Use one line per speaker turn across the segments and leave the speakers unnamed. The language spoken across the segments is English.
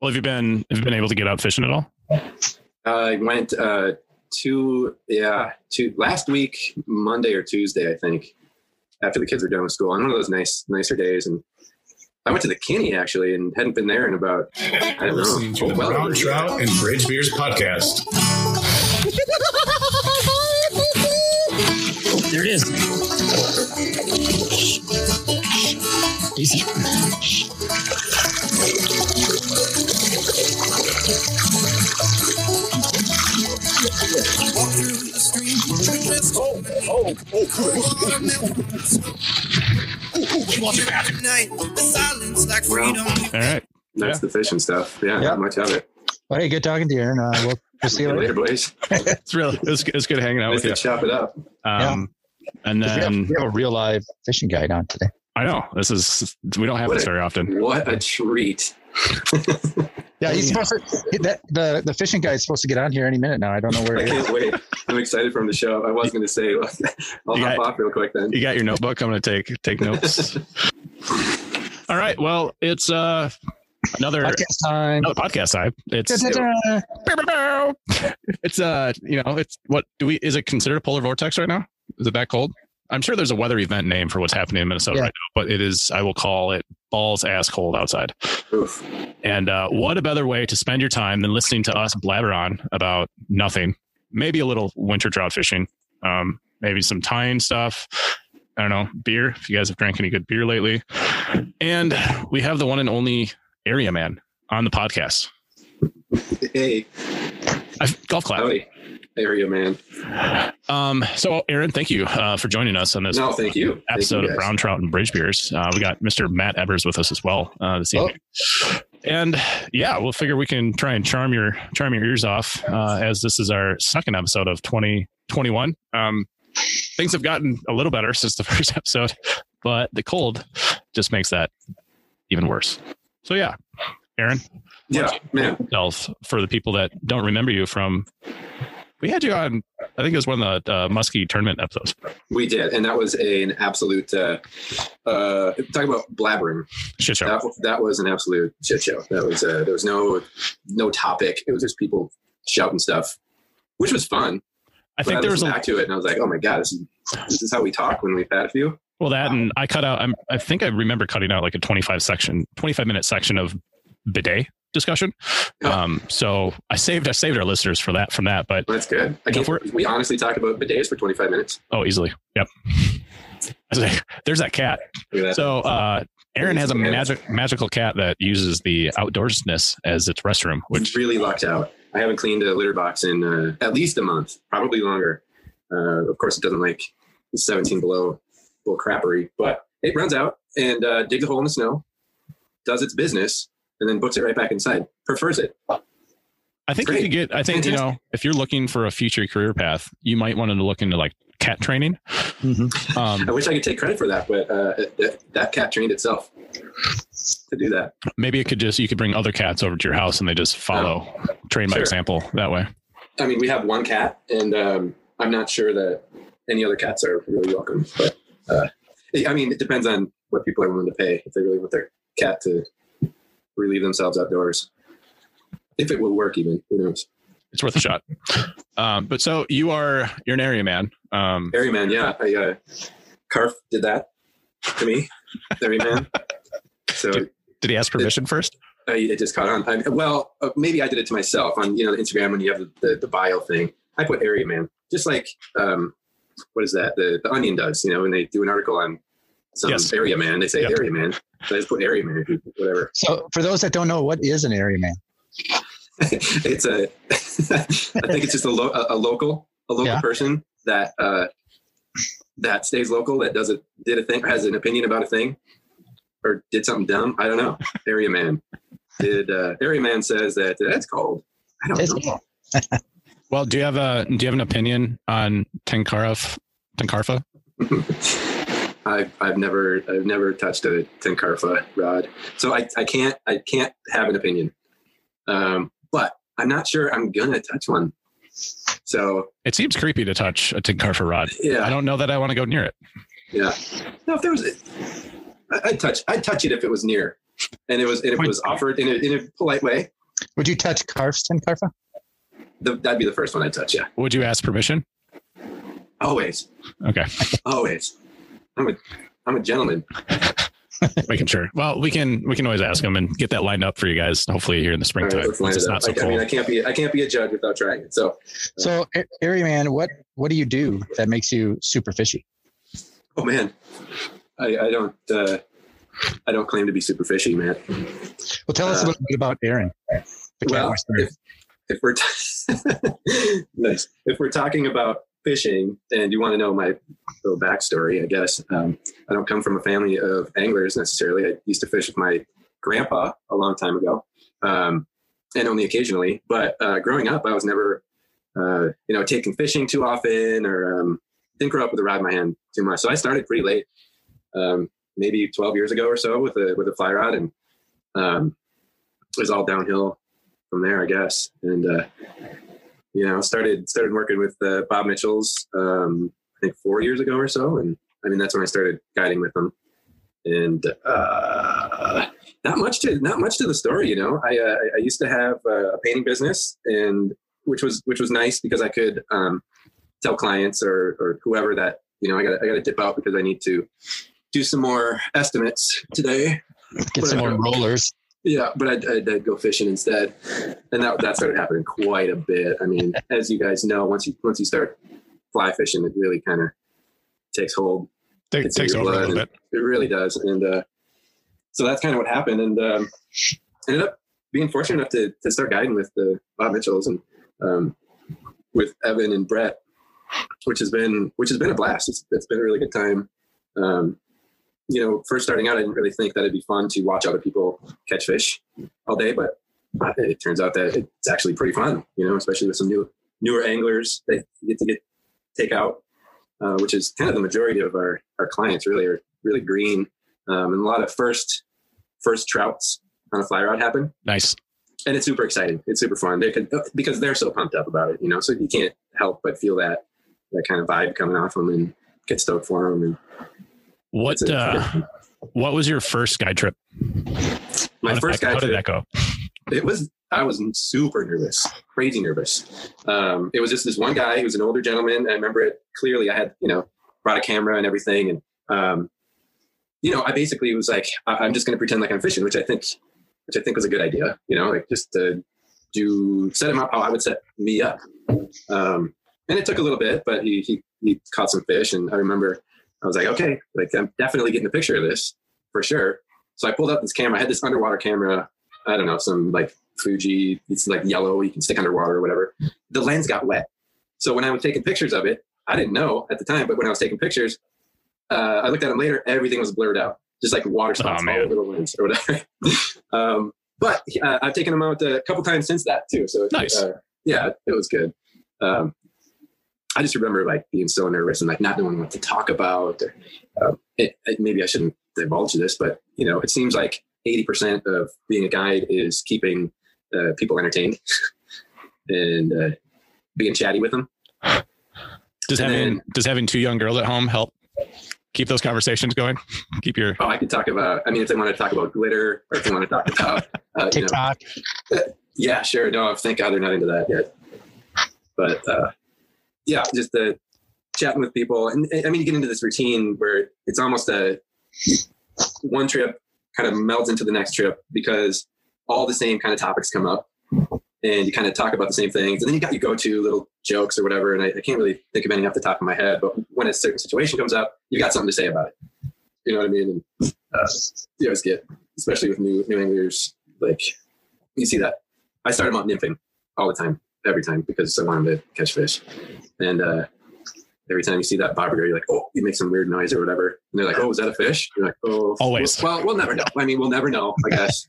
Well, have you been have you been able to get out fishing at all?
I went uh, two, yeah, two last week, Monday or Tuesday, I think, after the kids were done with school. On one of those nice, nicer days, and I went to the Kinney actually, and hadn't been there in about I
You're
don't
listening
know.
to the
oh, well
Brown
over a year.
Trout and Bridge Beers podcast.
There it is. Easy.
All right. Yeah.
That's the fishing stuff. Yeah,
Yeah.
not much of it.
Well, hey, good talking to you, Aaron. Uh, we'll, we'll see you later.
later, boys.
It's really it's, it's good hanging out
Nice
with you.
to chop it up.
Um, And
We have,
then
we have a real live fishing guide on today.
I know this is we don't have this very often.
What a treat!
Yeah, he's
Yeah.
supposed to. he- That, the the fishing guy is supposed to get on here any minute now. I don't know where
I
he is.
can't wait. I'm excited for him to show. up. I was going to say, I'll
You
hop
got-
off real quick then.
You got your notebook. I'm going to take take notes. all right. Well, it's uh another
Podcast time.
another podcast time. It's
Da-da-da.
it's uh you know it's what do we is it considered a polar vortex right now is it that cold i'm sure there's a weather event name for what's happening in minnesota
Yeah.
right now but it is i will call it balls ass cold outside
Oof.
and uh, what a better way to spend your time than listening to us blabber on about nothing maybe a little winter trout fishing um, maybe some tying stuff i don't know beer if you guys have drank any good beer lately and we have the one and only area man on the podcast
Hey,
I, golf clap
howdy, area man.
Um, so, Aaron, thank you uh, for joining us on this
No, thank you. Thank
episode
you
of
guys.
Brown Trout and Bridge Beers. Uh, we got Mr. Matt Ebers with us as well uh, this
Oh.
evening. And yeah, we'll figure we can try and charm your charm your ears off uh, as this is our second episode of 2021. Um, things have gotten a little better since the first episode, but the cold just makes that even worse. So yeah, Aaron,
Yeah, man.
yourself for the people that don't remember you from. We had you on. I think it was one of the uh, Muskie tournament episodes.
We did, and that was a, an absolute. Uh, uh, talk about blabbering.
Shit show.
That that was an absolute shit show. That was uh, there was no no topic. It was just people shouting stuff, which was fun.
I think there was a
back to it, and I was like, oh my god, this is this is how we talk when we've had a few.
well that, and I cut out. I'm, I think I remember cutting out like a 25 section, 25 minute section of bidet discussion.
Yeah.
Um, so I saved I saved our listeners for that from that, but
That's good. I
Go
can't,
for
we honestly talked about bidets for 25 minutes.
oh, easily. Yep. I was like, There's that cat.
Look at that.
So uh, Aaron has a magic magical cat that uses the outdoorsness as its restroom, which
Which really lucked out. I haven't cleaned a litter box in uh, at least a month, probably longer. Uh, of course, it doesn't like the 17 below bull crappery, but it runs out and uh, digs a hole in the snow, does its business, and then books it right back inside. Prefers it.
I think
Great.
you could get. I think you know if you're looking for a future career path, you might want to look into like cat training.
Mhm.
I
Um,
wish I could take credit for that, but uh, that, that cat trained itself to do that.
maybe it could just you could bring other cats over to your house and they just follow, train by
Sure.
example that way.
I mean, we have one cat, and um, I'm not sure that any other cats are really welcome. But uh, I mean, it depends on what people are willing to pay if they really want their cat to relieve themselves outdoors. If it will work, even who knows?
It's worth a shot. Um, but so you are you're an area man. Um,
Airy man, yeah, I, uh, Carf did that to me. Airy man. So
did he ask permission first?
I, Oh, it just caught on. I, well, uh, maybe I did it to myself on you know Instagram when you have the, the, the bio thing. I put area man, just like um, what is that? The the Onion does. You know, when they do an article on some
Yes.
area man, they say
Yep.
area man. So I just put area man, whatever.
So, for those that don't know, what is an area man?
it's a. I think it's just a, lo- a, a local a local
Yeah.
person that uh, that stays local that does a did a thing has an opinion about a thing or did something dumb. I don't know. Area man did uh, area man says that that's cold. I don't
It's-
know.
Well, do you have a do you have an opinion on Tenkarf Tenkarfa?
I've, I've never I've never touched a Tenkarfa rod, so I, I can't I can't have an opinion. Um, but I'm not sure I'm gonna touch one. So
It seems creepy to touch a Tenkarfa rod. I
yeah,
don't know that I want to go near it.
yeah. No, if there was, I- I'd touch I'd touch it if it was near. and it was and it was offered in a, in a polite way.
Would you touch Karsten, Karfa?
The, that'd be the first one I'd touch. Yeah,
Would you ask permission?
always,
Okay,
always. I'm a I'm a gentleman.
making sure. Well, we can we can always ask them and get that lined up for you guys. Hopefully here in the
All right,
springtime.
let's line
once
it
it's
up.
not so
Like, I mean, I
cold.
can't be I can't be a judge without trying it. So,
So, A- Airy Man, what what do you do that makes you super fishy?
oh man, I, I don't uh, I don't claim to be super fishy, man.
Well, tell us a
Uh,
little bit about Aaron. The cat
well,
whisperer.
if, if we're t- nice, if we're talking about fishing, and you want to know my little backstory, I guess um, I don't come from a family of anglers necessarily. I used to fish with my grandpa a long time ago, um, and only occasionally. But uh, growing up, I was never, uh, you know, taking fishing too often, or um, didn't grow up with a rod in my hand too much. So I started pretty late, um, maybe 12 years ago or so, with a with a fly rod, and um, it was all downhill from there, I guess. And uh, you know, started started working with uh, Bob Mitchell's, um, I think four years ago or so, and I mean that's when I started guiding with them. And uh, not much to not much to the story, you know. I uh, I- I used to have uh, a painting business, and which was which was nice because I could um, tell clients or or whoever that you know I got I got to dip out because I need to do some more estimates today
Get some more rollers.
yeah, but I'd, I'd, I'd go fishing instead, and that that started happening quite a bit. I mean, as you guys know, once you once you start fly fishing, it really kind of takes hold.
Take-
It's in
takes
your
over a
blood
little
and-
bit.
It really does, and uh, so that's kind of what happened. And um, ended up being fortunate enough to, to start guiding with the Bob Mitchells and um, with Evan and Brett, which has been which has been a blast. It's, it's been a really good time. Um, you know, first starting out, I didn't really think that it'd be fun to watch other people catch fish all day, but it turns out that it's actually pretty fun. You know, especially with some new newer anglers that you get to get take out, uh, which is kind of the majority of our our clients. Really are really green, um, and a lot of first first trouts on a fly rod happen
Nice.
and it's super exciting. It's super fun. They could, because they're so pumped up about it, you know. So you can't help but feel that that kind of vibe coming off them and get stoked for them. And
What
That's it.
uh, what was your first guide trip?
my
How did that,
first guy,
How did that
trip,
go?
it was I was super nervous, crazy nervous. Um, it was just this one guy who was an older gentleman. I remember it clearly. I had you know brought a camera and everything, and um, you know I basically was like, I- I'm just going to pretend like I'm fishing, which I think, which I think was a good idea. You know, like just to do set him up how I would set me up. Um, and it took a little bit, but he he he caught some fish, and I remember I was like, okay, like I'm definitely getting a picture of this for sure. So I pulled out this camera. I had this underwater camera. I don't know, some like Fuji. It's like yellow. You can stick underwater or whatever. The lens got wet. So when I was taking pictures of it, I didn't know at the time, but when I was taking pictures, uh, I looked at it later. Everything was blurred out, just like water spots all
man.
over the lens or whatever. um, but uh, I've taken them out a couple times since that too. So
Nice.
uh, yeah, it was good. Um, I just remember like being so nervous and like not knowing what to talk about. Or, um, it, it- maybe I shouldn't divulge this, but you know, it seems like 80% of being a guide is keeping uh, people entertained and uh, being chatty with them.
Does
And
having
then-
does having two young girls at home help keep those conversations going? Keep your
Oh, I could talk about, I mean, if they want to talk about glitter or if they want to talk about, uh, you know,
TikTok.
Yeah, sure. No, thank God they're not into that yet. But uh, yeah, just the chatting with people, and I mean, you get into this routine where it's almost a one trip kind of melds into the next trip because all the same kind of topics come up, and you kind of talk about the same things, and then you got your go-to little jokes or whatever. And I, I can't really think of any off the top of my head, but when a certain situation comes up, you got something to say about it. You know what I mean? And uh, you always get, especially with new new anglers, like you see that I started out nymphing all the time, every time because I wanted to catch fish. And uh, every time you see that bobber, you're like, oh, you make some weird noise or whatever. And they're like, oh, is that a fish? You're like, oh,
Always.
Well, we'll never know. I mean, we'll never know, I guess.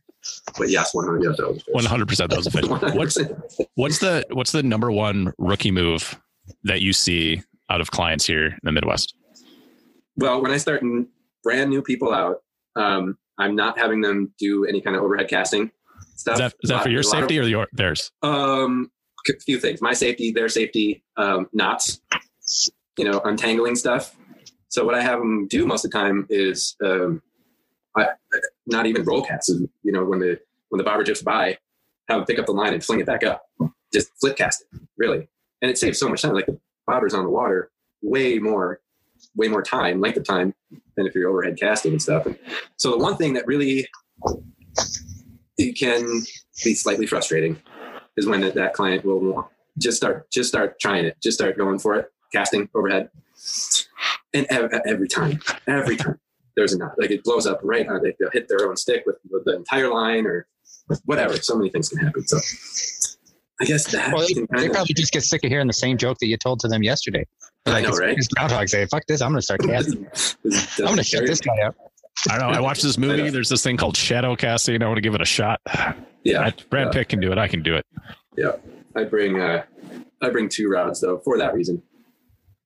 but yes, 100 yes, that was a fish.
one hundred percent those fish. What's
100%.
what's the what's the number one rookie move that you see out of clients here in the Midwest?
Well, when I start n- brand new people out, um, I'm not having them do any kind of overhead casting stuff.
Is that is that for your
A lot of-
safety or your theirs?
Um, a few things: my safety, their safety, um, knots. You know, untangling stuff. So what I have them do most of the time is um, I, not even roll cats. You know, when the when the bobber jumps by, have them pick up the line and fling it back up. Just flip cast it, really, and it saves so much time. Like the bobber's on the water way more, way more time, length of time than if you're overhead casting and stuff. And so the one thing that really it can be slightly frustrating is when that, that client will want just start just start trying it just start going for it casting overhead and ev- every time every time there's a knot like it blows up right on like they'll hit their own stick with, with the entire line or whatever so many things can happen so i guess that
Well,
can
they
kind of,
probably just get sick of hearing the same joke that you told to them yesterday.
I
Like,
know,
it's,
right?
it's Groundhog Day. Fuck this. I'm going to start casting. I'm going to shut this guy up.
I don't know. I watched this
I
movie.
know.
There's this thing called shadow casting. I want to give it a shot.
yeah
I- Brad Pitt can do it. I can do it.
i bring uh i bring two rods though for that reason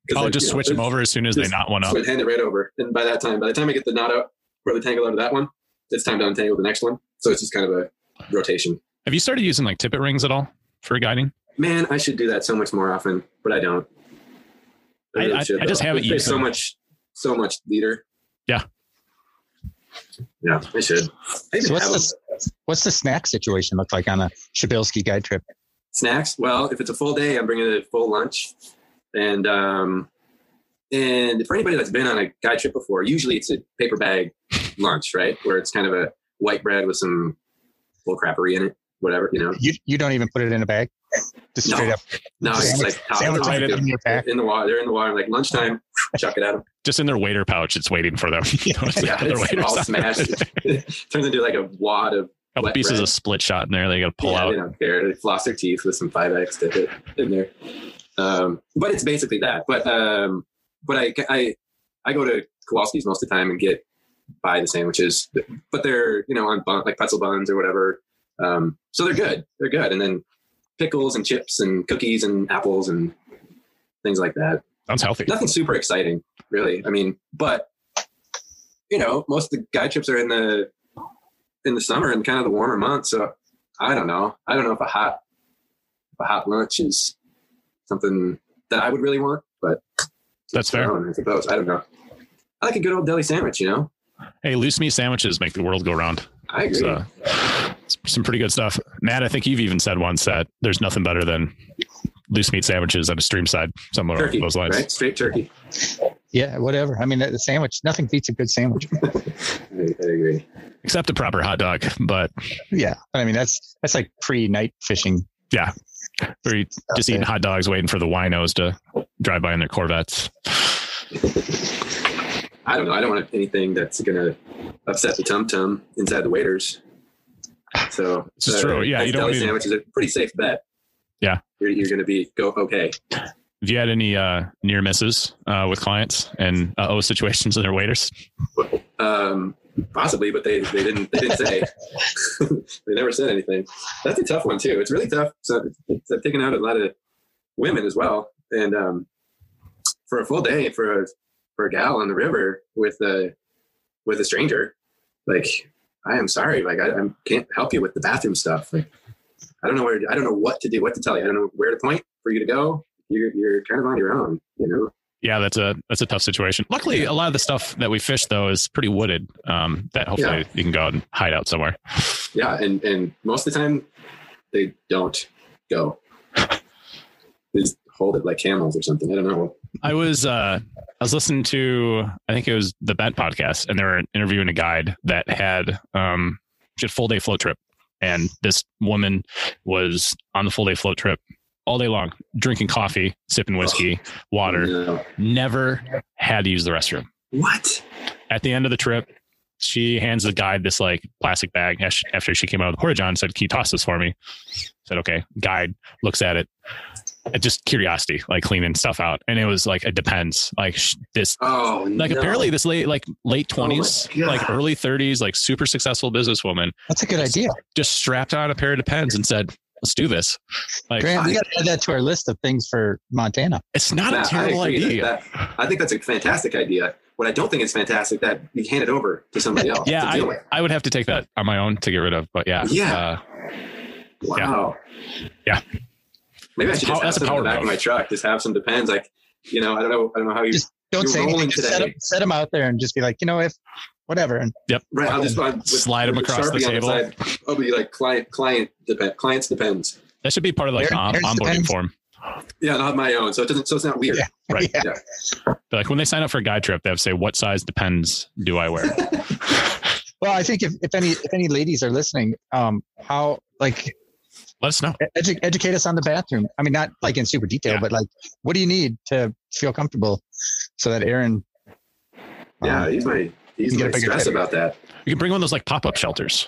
'Cause
I'll
I-
Oh, just
you know,
switch them
there's-
over as soon as they
just
knot one up.
So I'd hand it right over. And by that time, by the time I get the knot out or the tangle out of that one, it's time to untangle the next one. So it's just kind of a rotation.
Have you started using like tippet rings at all for guiding?
Man, I should do that so much more often, but I don't.
I- I-
should,
I just
though.
haven't
It saves
used
so
them.
much, so much leader.
Yeah.
Yeah, I should. I even
So what's
have 'em.
the, what's the snack situation look like on a Shabilsky guide trip?
snacks. Well, if it's a full day, I'm bringing a full lunch, and um, and for anybody that's been on a guide trip before, usually it's a paper bag lunch, right? Where it's kind of a white bread with some bull crappery in it, whatever you know.
You you don't even put it in a bag. Just
No.
straight up
No, it's just like top,
sandwich
right
it in your pack.
in the water. They're in the water. Like lunchtime, chuck it at them.
Just in their waiter pouch, it's waiting for them. You know, it's like
Yeah,
their
it's
waiter's
all
out there.
smashed. Turns into like a wad of
couple
Wet
pieces
bread.
of split shot in there. They got to pull
yeah,
out.
They don't care. They floss their teeth with some five X it in there. Um, but it's basically that. But um, but I, I I go to Kowalski's most of the time and get buy the sandwiches, but they're you know on bun, like pretzel buns or whatever. Um, so they're good. They're good. And then pickles and chips and cookies and apples and things like that.
Sounds healthy.
Nothing super exciting, really. I mean, but you know, most of the guide trips are in the in the summer and kind of the warmer months. So I don't know. I don't know if a hot if a hot lunch is something that I would really want, but
That's
I
fair.
don't know, I suppose. I don't know. I like a good old deli sandwich, you know?
Hey, loose meat sandwiches make the world go round.
I agree.
It's, uh, it's some pretty good stuff. Matt, I think you've even said once that there's nothing better than loose meat sandwiches at a stream side, somewhere along
turkey,
those lines.
right? Straight turkey.
Yeah, whatever. I mean, the sandwich. Nothing beats a good sandwich.
I, I agree.
Except a proper hot dog, but
Yeah, but I mean that's that's like pre night fishing.
or you just eating hot dogs, waiting for the winos to drive by in their Corvettes.
I don't know. I don't want anything that's gonna upset the tum tum inside the waiters. So
This is true. Yeah,
nice
you don't
deli
need-
sandwich is a pretty safe bet.
Yeah.
You're, you're gonna be go okay.
Have you had any uh, near misses uh, with clients and uh oh situations in their waiters?
Um, possibly, but they, they didn't they didn't say. they never said anything. That's a tough one too. It's really tough. So it's, I've taken out a lot of women as well, and um, for a full day for a for a gal on the river with a with a stranger, like I am sorry, like I, I can't help you with the bathroom stuff. Like I don't know where I don't know what to do, what to tell you. I don't know where to point for you to go. You're you're kind of on your own, you know.
Yeah, that's a that's a tough situation. Luckily, a lot of the stuff that we fish though is pretty wooded. Um, that hopefully you can go out and hide out somewhere.
Yeah, and and most of the time they don't go. They just hold it like camels or something. I don't know.
I was uh I was listening to I think it was the Bent podcast and they were interviewing a guide that had um she had a full day float trip and this woman was on the full day float trip all day long drinking coffee, sipping whiskey, water,
No.
never had to use the restroom.
What?
at the end of the trip, she hands the guide this like plastic bag as- after she came out of the porta john and said, Can you toss this for me? said, Okay. Guide looks at it. Uh, Just curiosity, like cleaning stuff out. And it was like it depends. Like sh- this
Oh,
like
no.
apparently this late like late
Oh my
twenties,
God.
like early thirties, like super successful businesswoman,
That's a good idea.
just strapped on a pair of depends and said, Let's do this. Like
Grant, we got to add that to our list of things for Montana.
it's not
Nah,
a
I
terrible
agree that-
idea.
that- I think that's a fantastic idea. What I don't think is fantastic that you hand it over to somebody else
yeah,
to deal
I,
with.
I would have to take that on my own to get rid of. But yeah.
Yeah.
Uh,
Wow.
Yeah.
Maybe I should
Pow-
just have
that's a
some in
power
the back
move.
of my truck. Just have some depends. Like, you know, I don't know. I don't know how you.
Just Don't
You're
say anything.
rolling
Just set
today.
them, set them out there and just be like, you know, if whatever. And
Right. I'll just I'll-
Slide 'em
with
across the
Sharpie on
table.
side, I'll be like client client depend clients depends.
That should be part of like
There-
on-
there's the
onboarding
pens.
form.
Yeah, and I'll have my own. So it doesn't so it's not weird.
Right.
yeah,
But, like when they sign up for a guide trip, they have to say, "What size depends do I wear?"
well, I think if, if any if any ladies are listening, um, how like
Let us know.
edu- educate us on the bathroom. I mean, not like in super detail,
Yeah.
but like, what do you need to feel comfortable so that Aaron?
Yeah,
um,
he's my he's
You get
my
a bigger
stress
headache.
about that.
You can bring one of those like pop-up shelters.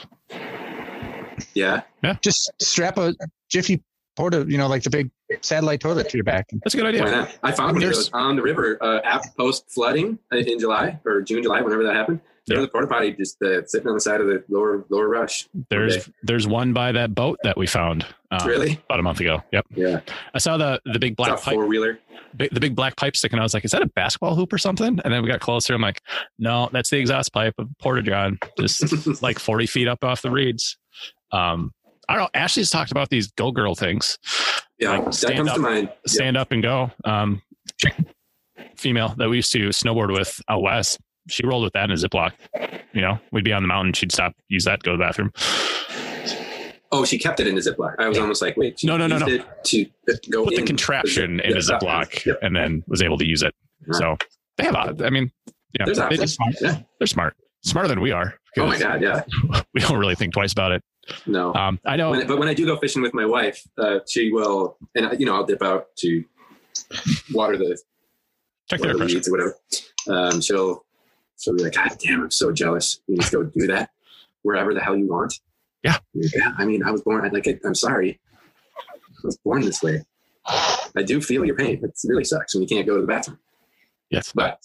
Yeah.
just strap a jiffy porta, you know, like the big satellite toilet to your back.
That's a good
Why
idea.
not? I found one of
There's-
those on the river uh, after post flooding in July or June, July, whenever that happened. There
Yeah.
was a porta potty just uh, sitting on the side of the lower lower rush.
There's there's one by that boat that we found um,
really?
about a month ago. Yep.
Yeah.
I saw the the big black pipe,
Four wheeler.
bi- the big black pipe sticking. out. I was like, "Is that a basketball hoop or something?" And then we got closer. I'm like, "No, that's the exhaust pipe of Porta John, just like 40 feet up off the reeds." Um, I don't know. Ashley's talked about these go girl things.
Yeah.
Like,
that
stand
comes
up.
to mind. Yeah.
stand up and go. Um, chick- female that we used to snowboard with out west, she rolled with that in a Ziploc. You know, we'd be on the mountain, she'd stop, use that, go to the bathroom.
Oh, she kept it in a Ziploc. I was almost like, wait, she
No, no, no,
used
no.
it to uh, go
Put the
in.
contraption in a
Oh, Yeah,
Ziploc
yeah.
and then was able to use it. So they have, a- I mean, you know,
There's
they
options.
just, they're smart, smarter than we are.
Oh my
'cause
god, yeah.
We don't really think twice about it.
No.
Um, I know.
When- but when I do go fishing with my wife, uh, she will, and I, you know, I'll dip out to water the
check
or
their
the
pressure.
weeds or whatever. Um, she'll she'll be like, God damn, I'm so jealous. You just go do that wherever the hell you want.
Yeah.
Like, yeah I mean, I was born. I like it. I'm sorry. I was born this way. I do feel your pain. It really sucks when you can't go to the bathroom.
Yes.
But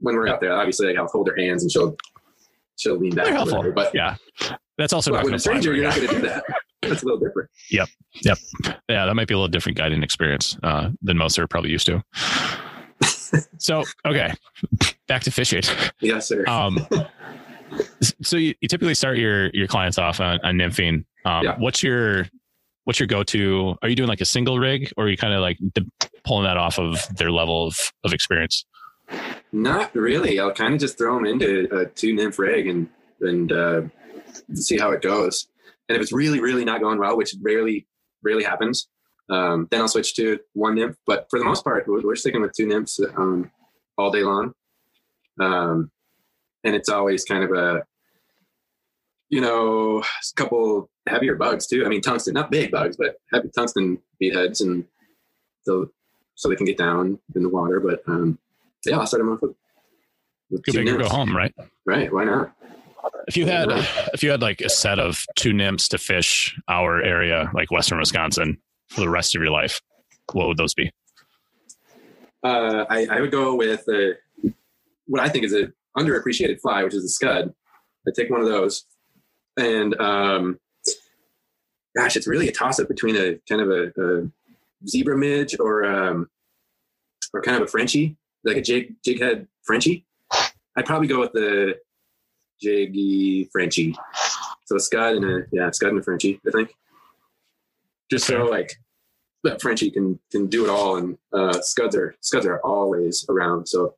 when we're out there, obviously, like, I'll hold her hands and she'll she'll lean back.
They're
or
helpful.
whatever. But
yeah. That's also
but
not
with
going
a
to fly.
stranger,
very
you're
well.
not going to do that. That's a little different.
yeah, that might be a little different guiding experience uh, than most are probably used to. so, okay, back to fishing.
Yes, sir.
Um, s- so you, you typically start your your clients off on, on nymphing. Um,
Yeah.
What's your what's your go to? Are you doing like a single rig, or are you kind of like de- pulling that off of their level of, of experience?
Not really. I'll kind of just throw them into a two nymph rig and and uh, see how it goes. And if it's really, really not going well, which rarely, rarely happens, um, then I'll switch to one nymph. But for the most part, we're, we're sticking with two nymphs um, all day long. Um, and it's always kind of a, you know, a couple heavier bugs too. I mean, tungsten, not big bugs, but heavy tungsten beadheads, and so so they can get down in the water. But um, yeah, I'll start them off with, with
Go
two
big or go
nymphs.
home, right?
Right? Why not?
If you had if you had like a set of two nymphs to fish our area, like Western Wisconsin, for the rest of your life, what would those be?
Uh, I, I would go with uh what I think is an underappreciated fly, which is the scud. I take one of those, and um, gosh, it's really a toss-up between a kind of a, a zebra midge or um, or kind of a Frenchie, like a jig jig head Frenchie. I'd probably go with the jiggy Frenchie. So a scud and a yeah, scud and a Frenchie, I think. Just so like that Frenchie can can do it all, and uh, Scuds are Scuds are always around. So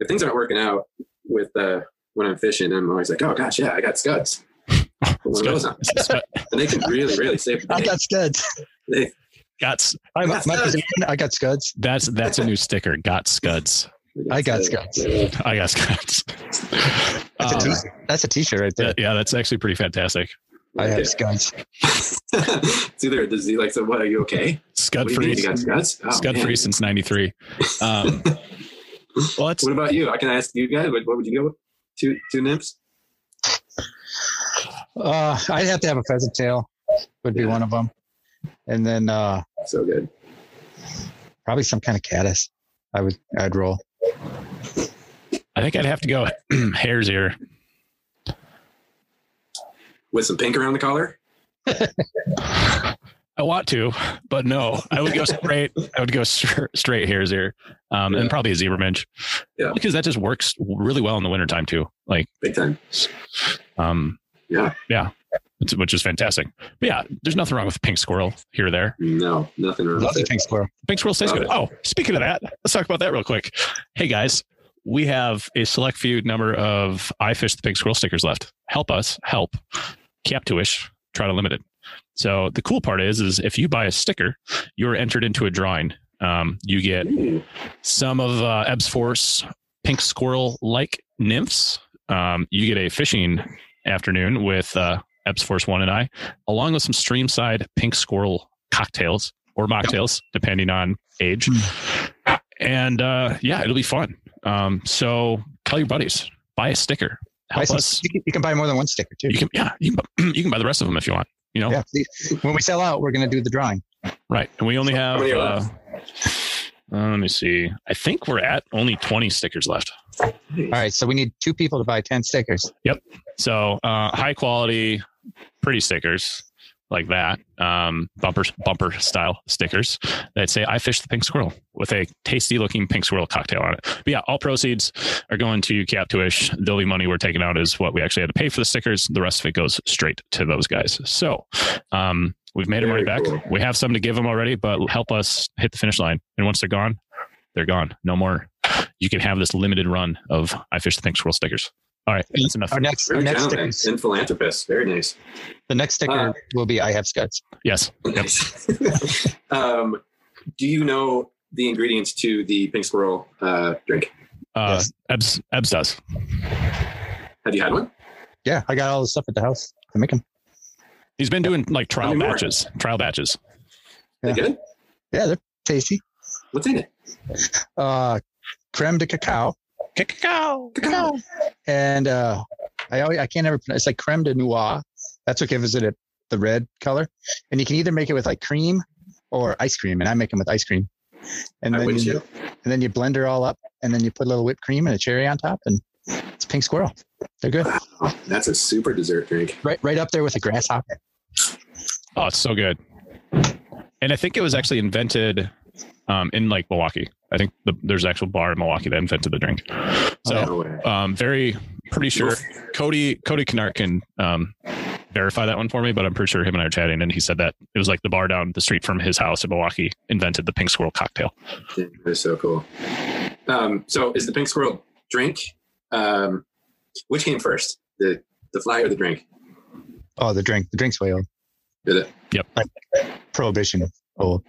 if things aren't working out with uh, when I'm fishing, I'm always like, oh gosh, yeah, I got Scuds, Well, those are-
Scud-
and they can really really save the
I
day.
got scuds.
They-
Gots.
I,
got
my
scuds.
position, I got scuds.
That's that's a new sticker. Got scuds.
I got
Yeah.
I got scuds.
That's, a
Um,
t- Uh, that's a t-shirt right there.
yeah, yeah, that's actually pretty fantastic.
I
Okay.
have scuds.
it's either a disease. Like, so what? Are you okay?
Scud
What do you
free.
mean you got Scuds? Oh,
Scud
man.
free since '93. Um, well, that's
What about you? I can ask you guys. What, what would you go with? Two two nymphs.
Uh, I'd have to have a pheasant tail. Would be
Yeah.
one of them, and then uh,
So good.
probably some kind of caddis. I would. I'd roll.
I think I'd have to go hare's ear.
With some pink around the collar.
I want to, but no. I would go straight. I would go str- straight hare's ear, um, and probably a zebra minch,
Yeah.
because that just works really well in the wintertime too. Like,
Big time.
um,
Yeah.
yeah, it's, which is fantastic. But yeah, there's nothing wrong with a pink squirrel here or there.
No, nothing wrong.
Love
with
the
it.
pink squirrel.
Pink squirrel tastes good. Oh, speaking of that, let's talk about that real quick. Hey guys, we have a select few number of I fish the pig squirrel stickers left. Help us, help. Captuish, try to limit it. So the cool part is, is if you buy a sticker, you're entered into a drawing. Um, you get
Ooh.
some of uh, Ebb's Force pink squirrel like nymphs. Um, you get a fishing afternoon with uh, Ebb's Force One and I, along with some streamside pink squirrel cocktails or mocktails, depending on age.
Hmm.
and uh, yeah, it'll be fun. Um, so tell your buddies, buy a sticker,
Buy
help
some-
us.
you, can, you can buy more than one sticker too.
You can, yeah, you can, bu- you can buy the rest of them if you want. You know,
yeah. see, When we sell out, we're going to do the drawing.
right? And we only have.
many are
Uh, uh, let me see. I think we're at only twenty stickers left.
All right. So we need two people to buy 10 stickers.
So uh, high quality, pretty stickers like that, um, bumper bumper style stickers that say "I fish the pink squirrel" with a tasty looking pink squirrel cocktail on it. But yeah, all proceeds are going to Captuish. The only money we're taking out is what we actually had to pay for the stickers. The rest of it goes straight to those guys. So um, we've made our money
Very
back.
cool.
We have some to give them already, but help us hit the finish line. And once they're gone, they're gone. No more. You can have this limited run of "I fish the pink squirrel" stickers. All right, that's enough.
Our next, our
Very
next
gentleman
stickers.
and philanthropist. Very nice.
The next sticker
Uh,
will be I have scuds.
Yes. Yep.
Nice. um, do you know the ingredients to the pink squirrel uh, drink?
Uh,
Yes.
Ebbs, Ebbs does.
Have you had one?
Yeah, I got all the stuff at the house to make them.
He's been doing like trial
Tell me more.
batches, trial batches.
Is it good?
Yeah, they're tasty.
What's in it?
Uh, creme de cacao.
Cacao.
Cacao. And uh, I always, I can't ever pronounce. It's like creme de noix. That's what gives it a, the red color. And you can either make it with like cream or ice cream. And I make them with ice cream. And
I
then
wouldn't
you,
you?
and then you blend her all up, and then you put a little whipped cream and a cherry on top, and it's pink squirrel. They're good.
Wow, that's a super dessert drink.
Right, right up there with a grasshopper.
Oh, it's so good. And I think it was actually invented um, in like Milwaukee. I think the, there's an actual bar in Milwaukee that invented the drink. So
No way.
um, very pretty sure Cody Cody Kennard can um, verify that one for me, but I'm pretty sure him and I were chatting and he said that it was like the bar down the street from his house in Milwaukee invented the pink squirrel cocktail.
That's so cool. Um, so is the pink squirrel drink? Um, which came first, the the fly or the drink?
Oh, the drink. The drink's way old.
Did it?
Prohibition. Oh,
Oh,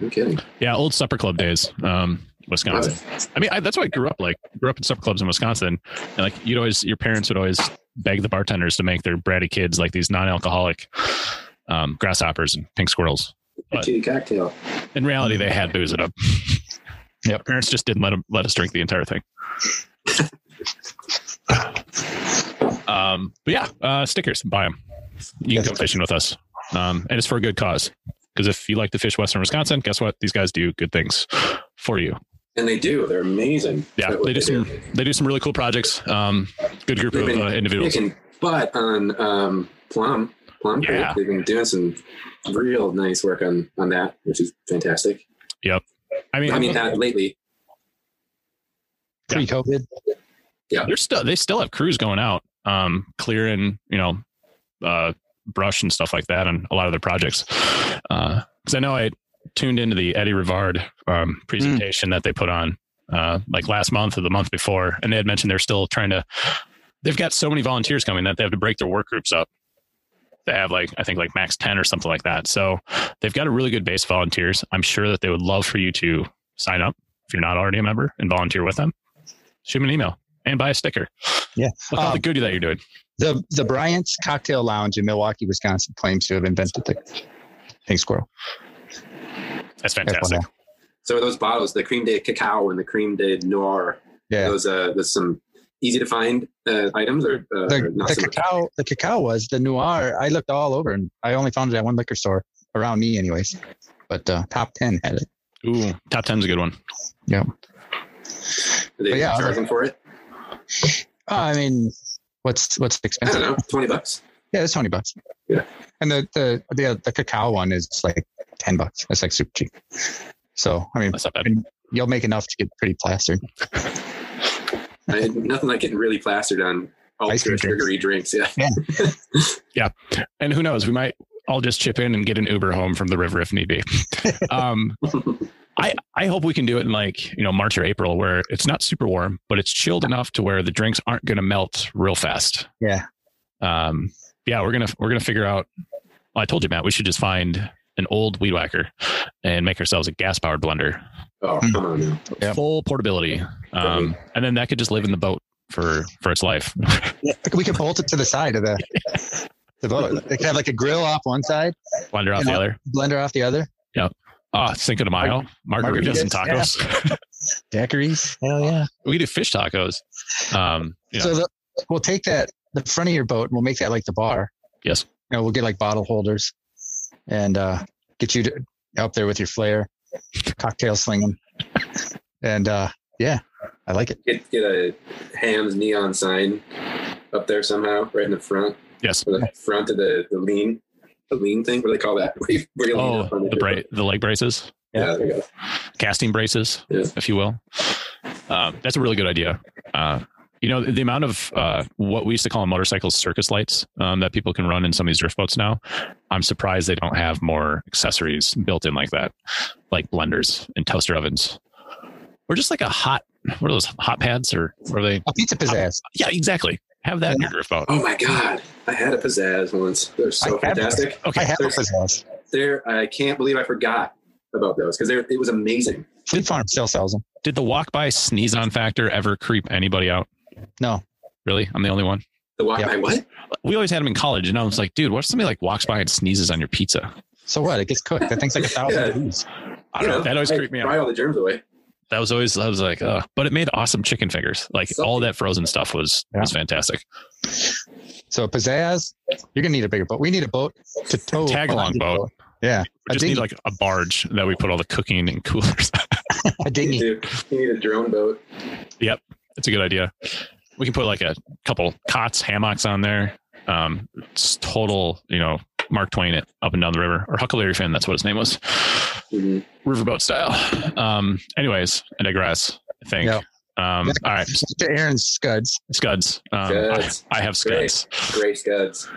no kidding.
Yeah, old supper club days, um, Wisconsin. I mean, I, that's why I grew up. Like, grew up in supper clubs in Wisconsin, and like you'd always, your parents would always beg the bartenders to make their bratty kids like these non-alcoholic um, grasshoppers and pink squirrels.
A kitty cocktail.
In reality, they had booze it up.
Yep.
Our parents just didn't let 'em- let us drink the entire thing. um, but yeah, uh, stickers, buy them. You can come fishing with us, um, and it's for a good cause. Because if you like to fish Western Wisconsin, guess what? These guys do good things for you.
And they do. They're amazing.
Yeah,
That's what
they do some-
do.
they do some really cool projects. Um, good group of
They've been
uh, individuals.
kicking butt on um, Plum. Plum Creek.
Yeah.
They've been doing some real nice work on on that, which is fantastic.
I mean,
I mean, not lately.
Yeah.
pre-COVID.
they're still they still have crews going out, um, clearing you know, uh, brush and stuff like that, on a lot of their projects. Because I know I tuned into the Eddie Rivard um, presentation that they put on uh, like last month or the month before, and they had mentioned they're still trying to. They've got so many volunteers coming that they have to break their work groups up. They have like I think like max ten or something like that. So they've got a really good base of volunteers. I'm sure that they would love for you to sign up if you're not already a member and volunteer with them. Shoot me an email and buy a sticker.
Yeah.
Look all
Um,
the goodie that you're doing.
The the Bryant's Cocktail Lounge in Milwaukee, Wisconsin, claims to have invented the pink squirrel.
That's fantastic.
FYI.
So those bottles, the cream de cacao and the cream de noir,
Yeah.
those uh, there's some easy to find uh, items or uh,
The,
not
the
so much.
cacao, the cacao was the noir. I looked all over, and I only found it at one liquor store around me, anyways. But uh, top ten had it.
Ooh, top ten's a good one.
Are they
But yeah,
charging for it?
Oh, I mean, what's what's
I
expensive?
don't know, twenty bucks.
Yeah, it's twenty bucks.
Yeah.
And the the the, the cacao one is like ten bucks. That's like super cheap. So I mean,
That's not bad.
you'll make enough to get pretty plastered.
I, nothing like getting really plastered on
Ice cream
ultra sugary drinks. Yeah,
And who knows? We might I'll just chip in and get an Uber home from the river if need be. Um, I I hope we can do it in like you know March or April where it's not super warm, but it's chilled enough to where the drinks aren't going to melt real fast.
Yeah.
Um, yeah, we're gonna we're gonna figure out. Well, I told you, Matt, we should just find an old weed whacker and make ourselves a gas powered blender,
Oh,
Hmm.
come on now.
Yep.
full portability, um, and then that could just live in the boat for for its life.
We could bolt it to the side of the the boat. It could have like a grill off one side,
blender off
Yeah.
the other.
blender off the other.
Ah, Cinco de Mayo, margaritas and
Margaritas, yeah.
tacos.
Daiquiris. Hell yeah.
we could do fish tacos. Um, you know,
So the, we'll take that the front of your boat and we'll make that like the bar.
Yes.
You know, we'll get like bottle holders and uh, get you to, out there with your flair, cocktail slinging, and uh, yeah, I like it.
Get, get a Ham's neon sign up there somehow, right in the front,
yes.
or the front of the, the lean, the lean thing. What do they call that? Where you- where you lean
Oh,
up on
the bra- the leg braces,
Yeah, there you go.
casting braces,
Yeah.
if you will. Um, that's a really good idea. Uh, you know, the amount of uh, what we used to call on motorcycles circus lights um, that people can run in some of these drift boats now. I'm surprised they don't have more accessories built in like that, like blenders and toaster ovens, or just like a hot. What are those hot pads or what are they?
A pizza pizzazz.
Yeah, exactly. Have that in your drift boat.
Oh my god, I had a pizzazz once. They're so
I have-
fantastic.
Okay,
I have a
there's-
pizzazz.
There, I can't believe I forgot about those because it was amazing.
Fleet Farm still sells them.
Did the walk by sneeze on factor ever creep anybody out?
No.
Really? I'm the only one.
The walk
Yeah.
by what?
We always had them in college, and I was like, dude, what if somebody like walks by and sneezes on your pizza?
So what? It gets cooked. That thing's like a thousand
Yeah.
degrees.
I don't
You
know. That always
I
creeped me out.
Fry all the germs away.
That was always I was like, uh, but it made awesome chicken fingers. Like all that frozen stuff was
Yeah.
was fantastic.
So a pizzazz, you're gonna need a bigger boat. We need a boat to tow.
Tag along
behind the
boat.
Yeah,
We just need
dinghy.
like a barge that we put all the cooking and coolers.
a
You,
dinghy.
do. You need a drone boat.
That's a good idea. We can put like a couple cots, hammocks on there. Um, it's total, you know, Mark Twain it up and down the river or Huckleberry Finn. That's what his name was.
Mhm.
riverboat style. Um, anyways, I digress. I think.
Yeah.
Um, all right,
To Aaron Scuds.
scuds. Um,
Scuds.
I, I have
Great.
scuds.
Gray scuds.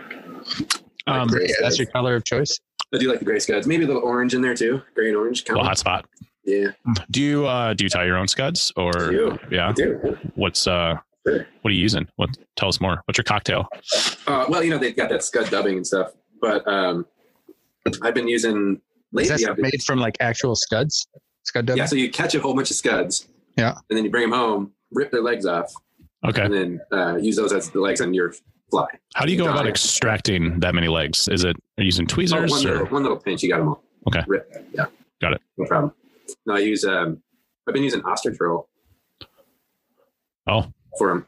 Like
Um,
gray
That's
scuds.
your color of choice.
I do like the gray scuds. Maybe a little orange in there too. Gray and orange.
well,
Common.
hot spot.
Yeah.
Do you uh, do you tie your own scuds
I
or
do. I
yeah?
do.
What's uh,
Sure.
what are you using? What? Tell us more. What's your cocktail?
Uh, well, you know they've got that scud dubbing and stuff, but um, I've been using
Is
lately.
that
I've been-
made from like actual scuds? Scud
yeah,
dubbing?
so you catch a whole bunch of scuds.
Yeah.
And then you bring them home, rip their legs off,
Okay.
and then uh, use those as the legs on your fly.
How do you go
Got
about
it.
extracting that many legs? Is it are you using
Oh,
tweezers
one, little,
or
one little pinch, you got them all.
Okay.
Rip. Yeah.
Got it.
No problem. No, I use. Um, I've been using ostrich roll
oh
for them.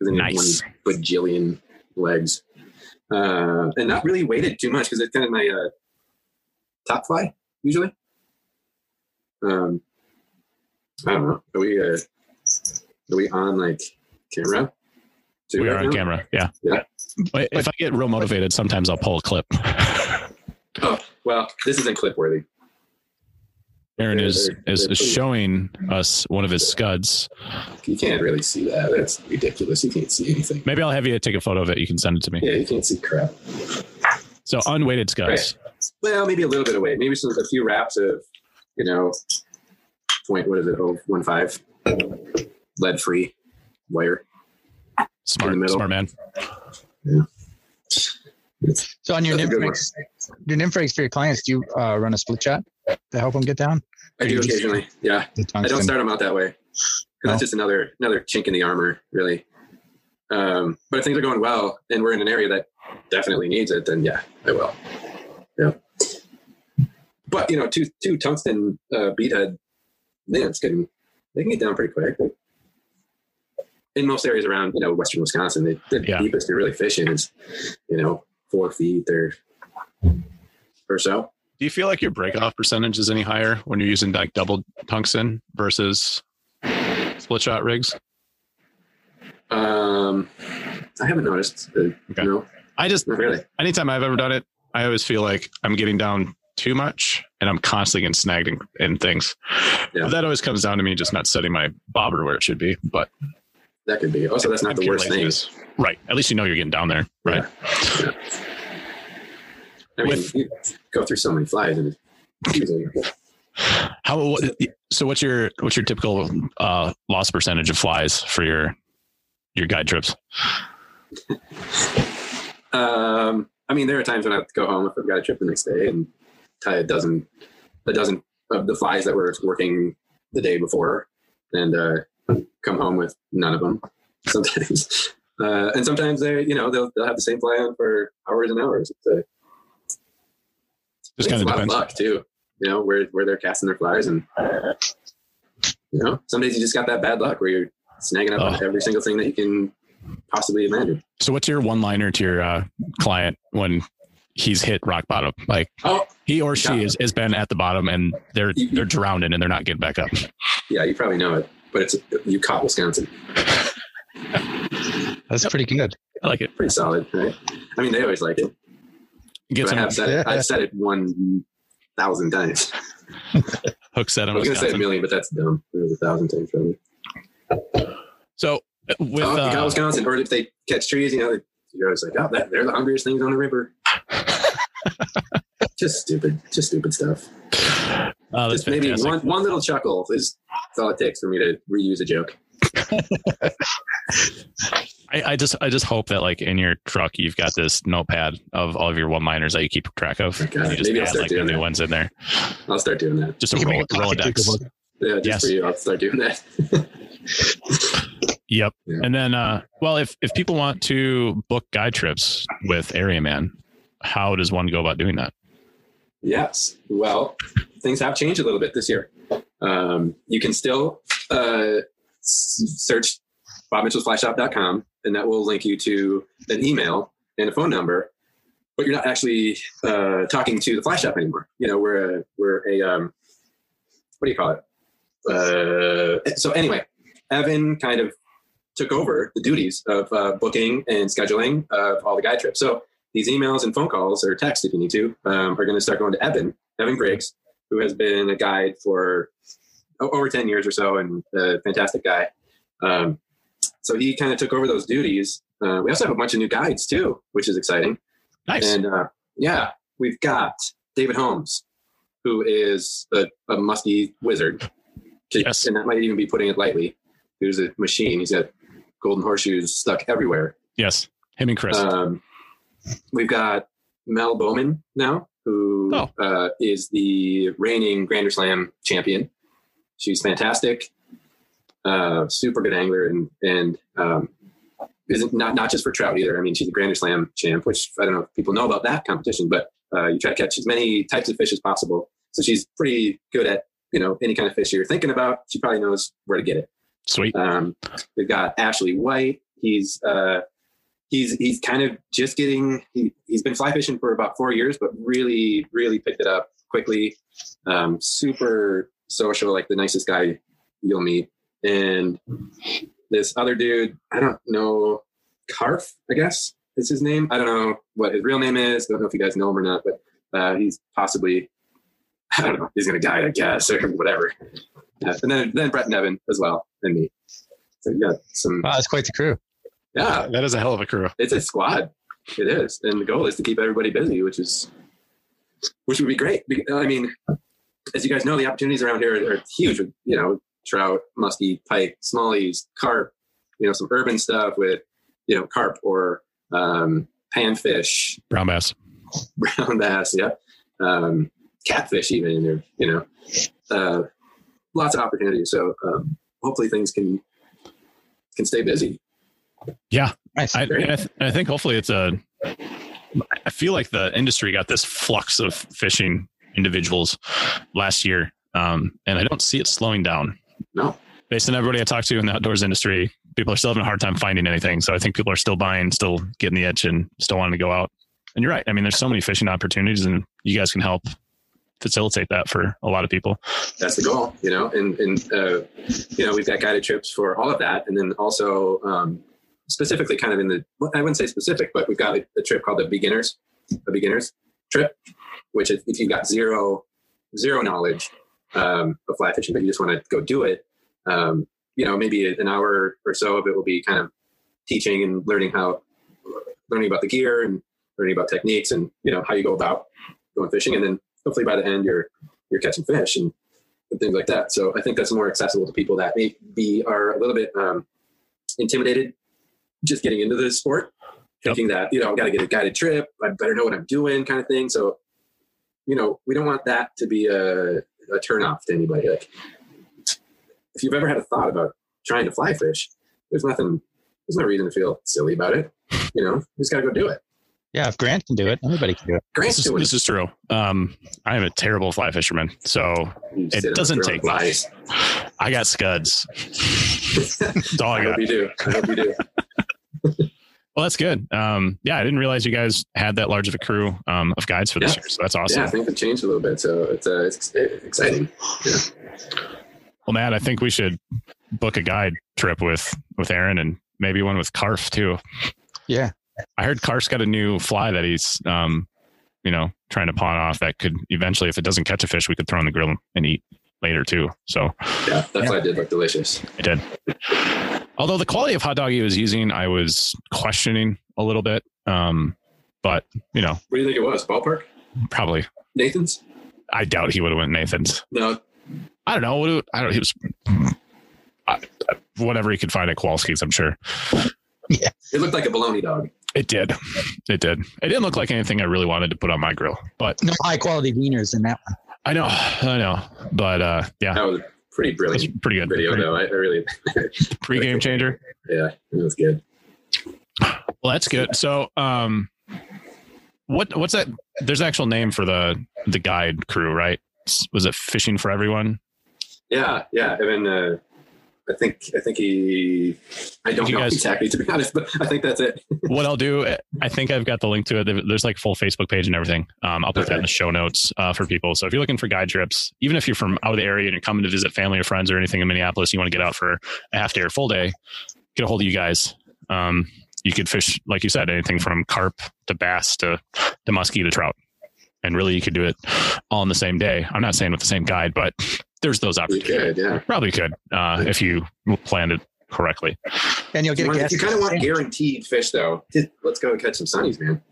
Nice.
One bajillion legs, uh, and not really weighted too much because it's kind of my uh, top fly usually. Um, I don't know. Are we? Uh, are we on like camera? Too
we
right
are on
now?
camera? Yeah.
Yeah.
But If I get real motivated, sometimes I'll pull a clip.
Well, this isn't clip worthy.
Aaron is
They're-
is,
they're
is
pretty-
showing us one of his scuds.
You can't really see that. That's ridiculous. You can't see anything.
Maybe I'll have you take a photo of it. You can send it to me.
Yeah, you can't see crap.
So unweighted scuds.
Well, maybe a little bit of weight. Maybe some a few wraps of, you know, point what is it, oh one five. Lead free wire.
Smart,
In the middle.
smart man.
So on
That's a
your nymph
good one.
rigs, your nymph rigs for your clients, do you uh, run a split shot to help them get down?
I do occasionally. Yeah.
The
I don't
tungsten.
start them out that way. 'Cause
No.
That's just another another chink in the armor, really. Um, but if things are going well and we're in an area that definitely needs it, then yeah, I will. Yeah. But you know, two two tungsten uh, beadhead nymphs can they can get down pretty quick. In most areas around you know western Wisconsin, they, the
Yeah.
deepest you're really fishing is you know four feet or or so.
Do you feel like your breakoff percentage is any higher when you're using like double tungsten versus split shot rigs?
Um, I haven't noticed. Uh,
Okay.
No,
I just
not really.
anytime I've ever done it, I always feel like I'm getting down too much and I'm constantly getting snagged in, in things.
Yeah.
But that always comes down to me just not setting my bobber where it should be. But
That could be. Also, that's not the
pure
worst thing.
laziness. Right. At least you know you're getting down there. Right.
I mean,
With-
you go through so many flies and
How? What, so what's your what's your typical uh, loss percentage of flies for your your guide trips?
um, I mean, there are times when I have to go home if I've got a trip the next day and tie a dozen, a dozen of the flies that were working the day before, and uh, come home with none of them. Sometimes, uh, and sometimes they, you know, they'll, they'll have the same fly on for hours and hours. It's a,
Just kind
it's
of
a lot of
depends.
luck too. You know where where they're casting their flies, and you know some days you just got that bad luck where you're snagging up on
Oh.
every single thing that you can possibly imagine.
So what's your one liner to your uh, client when he's hit rock bottom? Like
Oh.
he or she
Yeah.
is has been at the bottom and they're
You- you-
they're drowning and they're not getting back up.
Yeah, you probably know it, but it's you caught Wisconsin.
That's pretty good.
I like it.
Pretty solid, right? I mean, they always like it.
Get
But I
some
have said it. I've said it one thousand times.
hook set
I
on
was going to say a
Wisconsin.
million, but that's dumb. It was a thousand times probably.
So with
oh, you caught
uh,
Wisconsin, or if they catch trees, you know, you're always like, oh, that, they're the hungriest things on the river. just stupid, just stupid stuff.
oh, that's
Just maybe
fantastic.
one, one little chuckle is that's all it takes for me to reuse a joke.
I, I just I just hope that like in your truck you've got this notepad of all of your one liners that you keep track of.
Okay,
You just
Oh maybe I'll
add
start
like the
doing
new
that.
ones in there.
I'll start doing that.
Just a
You can
roll,
make a pocket
Rolodex.
Google.
Yeah, just
Yes.
for you, I'll start doing that.
Yep.
Yeah.
And then, uh, well, if if people want to book guide trips with Area Man, how does one go about doing that?
Yes. Well, things have changed a little bit this year. Um, you can still uh, s- search bobmitchellsflyshop.com, and that will link you to an email and a phone number. But you're not actually uh, talking to the fly shop anymore. You know, we're a, we're a um, what do you call it? Uh, so anyway, Evan kind of took over the duties of uh, booking and scheduling of all the guide trips. So these emails and phone calls or texts, if you need to, um, are going to start going to Evan, Evan Griggs, who has been a guide for o- over 10 years or so and a fantastic guy. Um, so he kind of took over those duties. Uh, we also have a bunch of new guides too, which is exciting.
Nice.
And uh, yeah, we've got David Holmes, who is a, a musky wizard.
Yes.
And that might even be putting it lightly. Who's a machine. He's got golden horseshoes stuck everywhere.
yes, him and Chris.
Um, we've got Mel Bowman now, who
Oh.
uh, is the reigning Grander Slam champion. She's fantastic, uh, super good angler, and and um, isn't not not just for trout either. I mean, she's a Grander Slam champ, which I don't know if people know about that competition, but uh, you try to catch as many types of fish as possible. So she's pretty good at you know any kind of fish you're thinking about. She probably knows where to get it.
Sweet.
Um, we've got Ashley White. He's uh, he's he's kind of just getting. He, he's been fly fishing for about four years, but really, really picked it up quickly. Um, super social, like the nicest guy you'll meet. And this other dude, I don't know, Karf, I guess is his name. I don't know what his real name is. Don't know if you guys know him or not, but uh, he's possibly. I don't know. He's gonna die, I guess, or whatever. Uh, and then then Brett Nevin as well, and me. So you got some
Wow, that's quite the crew.
yeah,
that is a hell of a crew.
it's a squad. It is, and the goal is to keep everybody busy, which is which would be great. Be- I mean, as you guys know, the opportunities around here are, are huge. With you know, trout, muskie, pike, smallies, carp. You know, some urban stuff with you know carp or um, panfish,
Brown bass.
brown bass, yeah, um, catfish, even, or you know, uh, lots of opportunities. So um, hopefully things can can stay busy.
Nice.
I, and I, th- I think hopefully it's a. I feel like the industry got this flux of fishing individuals last year, um, and I don't see it slowing down.
No.
Based on everybody I talked to in the outdoors industry, people are still having a hard time finding anything. So I think people are still buying, still getting the itch, and still wanting to go out. And you're right. I mean, there's so many fishing opportunities, and you guys can help facilitate that for a lot of people.
that's the goal, you know, and, and, uh, you know, we've got guided trips for all of that. And then also, um, specifically kind of in the, well, I wouldn't say specific, but we've got a, a trip called the beginners, a beginners trip, which if, if you've got zero, zero knowledge, um, of fly fishing, but you just want to go do it, um, you know, maybe an hour or so of it will be kind of teaching and learning how, learning about the gear and learning about techniques and you know how you go about going fishing, and then hopefully by the end you're you're catching fish and, and things like that. So I think that's more accessible to people that maybe are a little bit um, intimidated just getting into the sport,
Yep.
thinking that you know I've got to get a guided trip, I better know what I'm doing, kind of thing. So you know we don't want that to be a, a turn off to anybody. Like if you've ever had a thought about trying to fly fish, there's nothing, there's no reason to feel silly about it. You know, you just got to go do it.
Yeah, if Grant can do it, everybody can do it.
Grant's
This is,
doing
this
it.
is true. Um, I am a terrible fly fisherman, so
You sit on a
doesn't
throw
take
of lies.
I got scuds. That's all I
I
got.
hope you do. I hope you do.
Well, that's good. Um, yeah, I didn't realize you guys had that large of a crew um, of guides for this
Yeah.
year, so that's awesome.
Yeah, things have changed a little bit, so it's uh, it's ex- exciting.
Well, Matt, I think we should book a guide trip with with Aaron and maybe one with Karf too.
Yeah.
I heard Karf's got a new fly that he's, um, you know, trying to pawn off that could eventually, if it doesn't catch a fish, we could throw on the grill and eat later too. So
Yeah, that fly did look delicious.
it did. Although the quality of hot dog he was using, I was questioning a little bit. Um, but you know,
What do you think it was? Ballpark?
probably
Nathan's?
I doubt he would have went Nathan's.
No,
I don't know. What do, I don't. He was I, I- whatever he could find at Kowalski's. I'm sure
it looked like a bologna dog.
it did. It did. It didn't look like anything I really wanted to put on my grill, but
No high quality wieners in that one.
I know, I know. But uh, yeah,
That was a pretty
it's
brilliant
pretty good.
video, though. I, I really,
Pre game changer.
yeah, it was good.
Well, that's good. So, um, what what's that? There's an actual name for the the guide crew, right? S- Was it fishing for everyone?
Yeah, yeah. I mean, uh, I think I think he. I don't
You
know
guys-
exactly to be honest, but I think that's it.
what I'll do, I think I've got the link to it. There- There's like a full Facebook page and everything. Um, I'll put that in the show notes uh, for people. So if you're looking for guide trips, even if you're from out of the area and you're coming to visit family or friends or anything in Minneapolis, you want to get out for a half day or full day, get a hold of you guys. Um, you could fish, like you said, anything from carp to bass to, to muskie to trout. And really, you could do it all in the same day. I'm not saying with the same guide, but there's those
We
opportunities.
could, yeah.
Probably could uh, if you planned it correctly.
And you'll
If you,
get a
want,
gas.
if you kind of want guaranteed fish, though, just- let's go and catch some sunnies, man.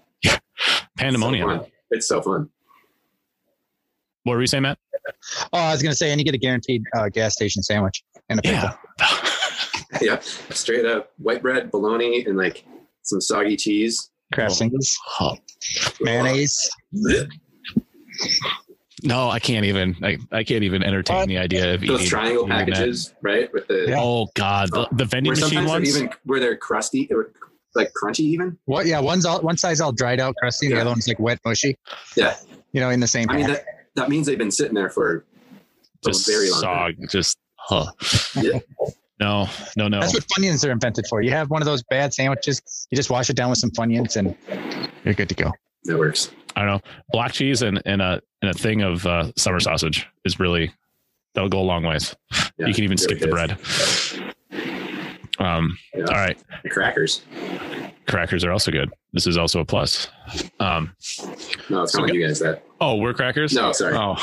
Pandemonium.
It's so fun. It's so fun.
what were you saying, Matt?
oh, I was gonna say, and you get a guaranteed uh, gas station sandwich and a pickle.
Yeah.
yeah, straight up white bread, bologna, and like some soggy cheese.
crab singles, mayonnaise.
No, I can't even. I, I can't even entertain
What?
the idea of
Those
eating.
triangle
eating that.
packages, right? With the
Oh God, the, the vending
where
machine
sometimes they're
ones.
even where they're crusty or like crunchy, even.
What? Yeah, one's all one side's all dried out, crusty, and
Yeah.
the other one's like wet, mushy.
Yeah.
You know, in the same.
I mean
pack.
that that means they've been sitting there for a
just
very long. time.
sog. Just huh.
Yeah.
No, no, no.
That's what Funyuns are invented for. You have one of those bad sandwiches, you just wash it down with some Funyuns, and you're good to go.
That works.
I don't know. Black cheese and, and a and a thing of uh, summer sausage is really that'll go a long ways.
Yeah,
you can even
it
skip the
really
bread. Um.
Yeah.
All right,
is. Crackers.
crackers are also good. This is also a plus. Um.
No, it's
So
not like you guys that.
Oh, we're crackers.
No, sorry.
Oh,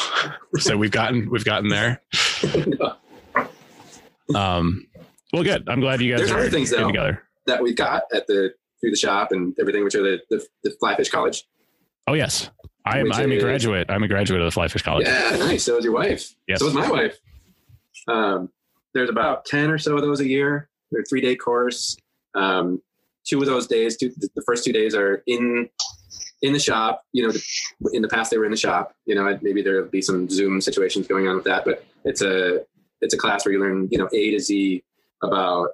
so we've gotten we've gotten there. Um, well, good. I'm glad you guys
There's
are
other things,
getting
though.
together.
That we got at the through the shop and everything, which are the the, the Flyfish College.
Oh yes, I am.
Which
I'm a
is-
graduate. I'm a graduate of the Flyfish College.
Yeah, nice. So is your wife.
Yes.
So is my wife. Um, there's about 10 or so of those a year. They're a three day course. Um, two of those days, two, the first two days are in, in the shop, you know, in the past they were in the shop, you know, and maybe there'll be some zoom situations going on with that, but it's a, it's a class where you learn, you know, A to Z about,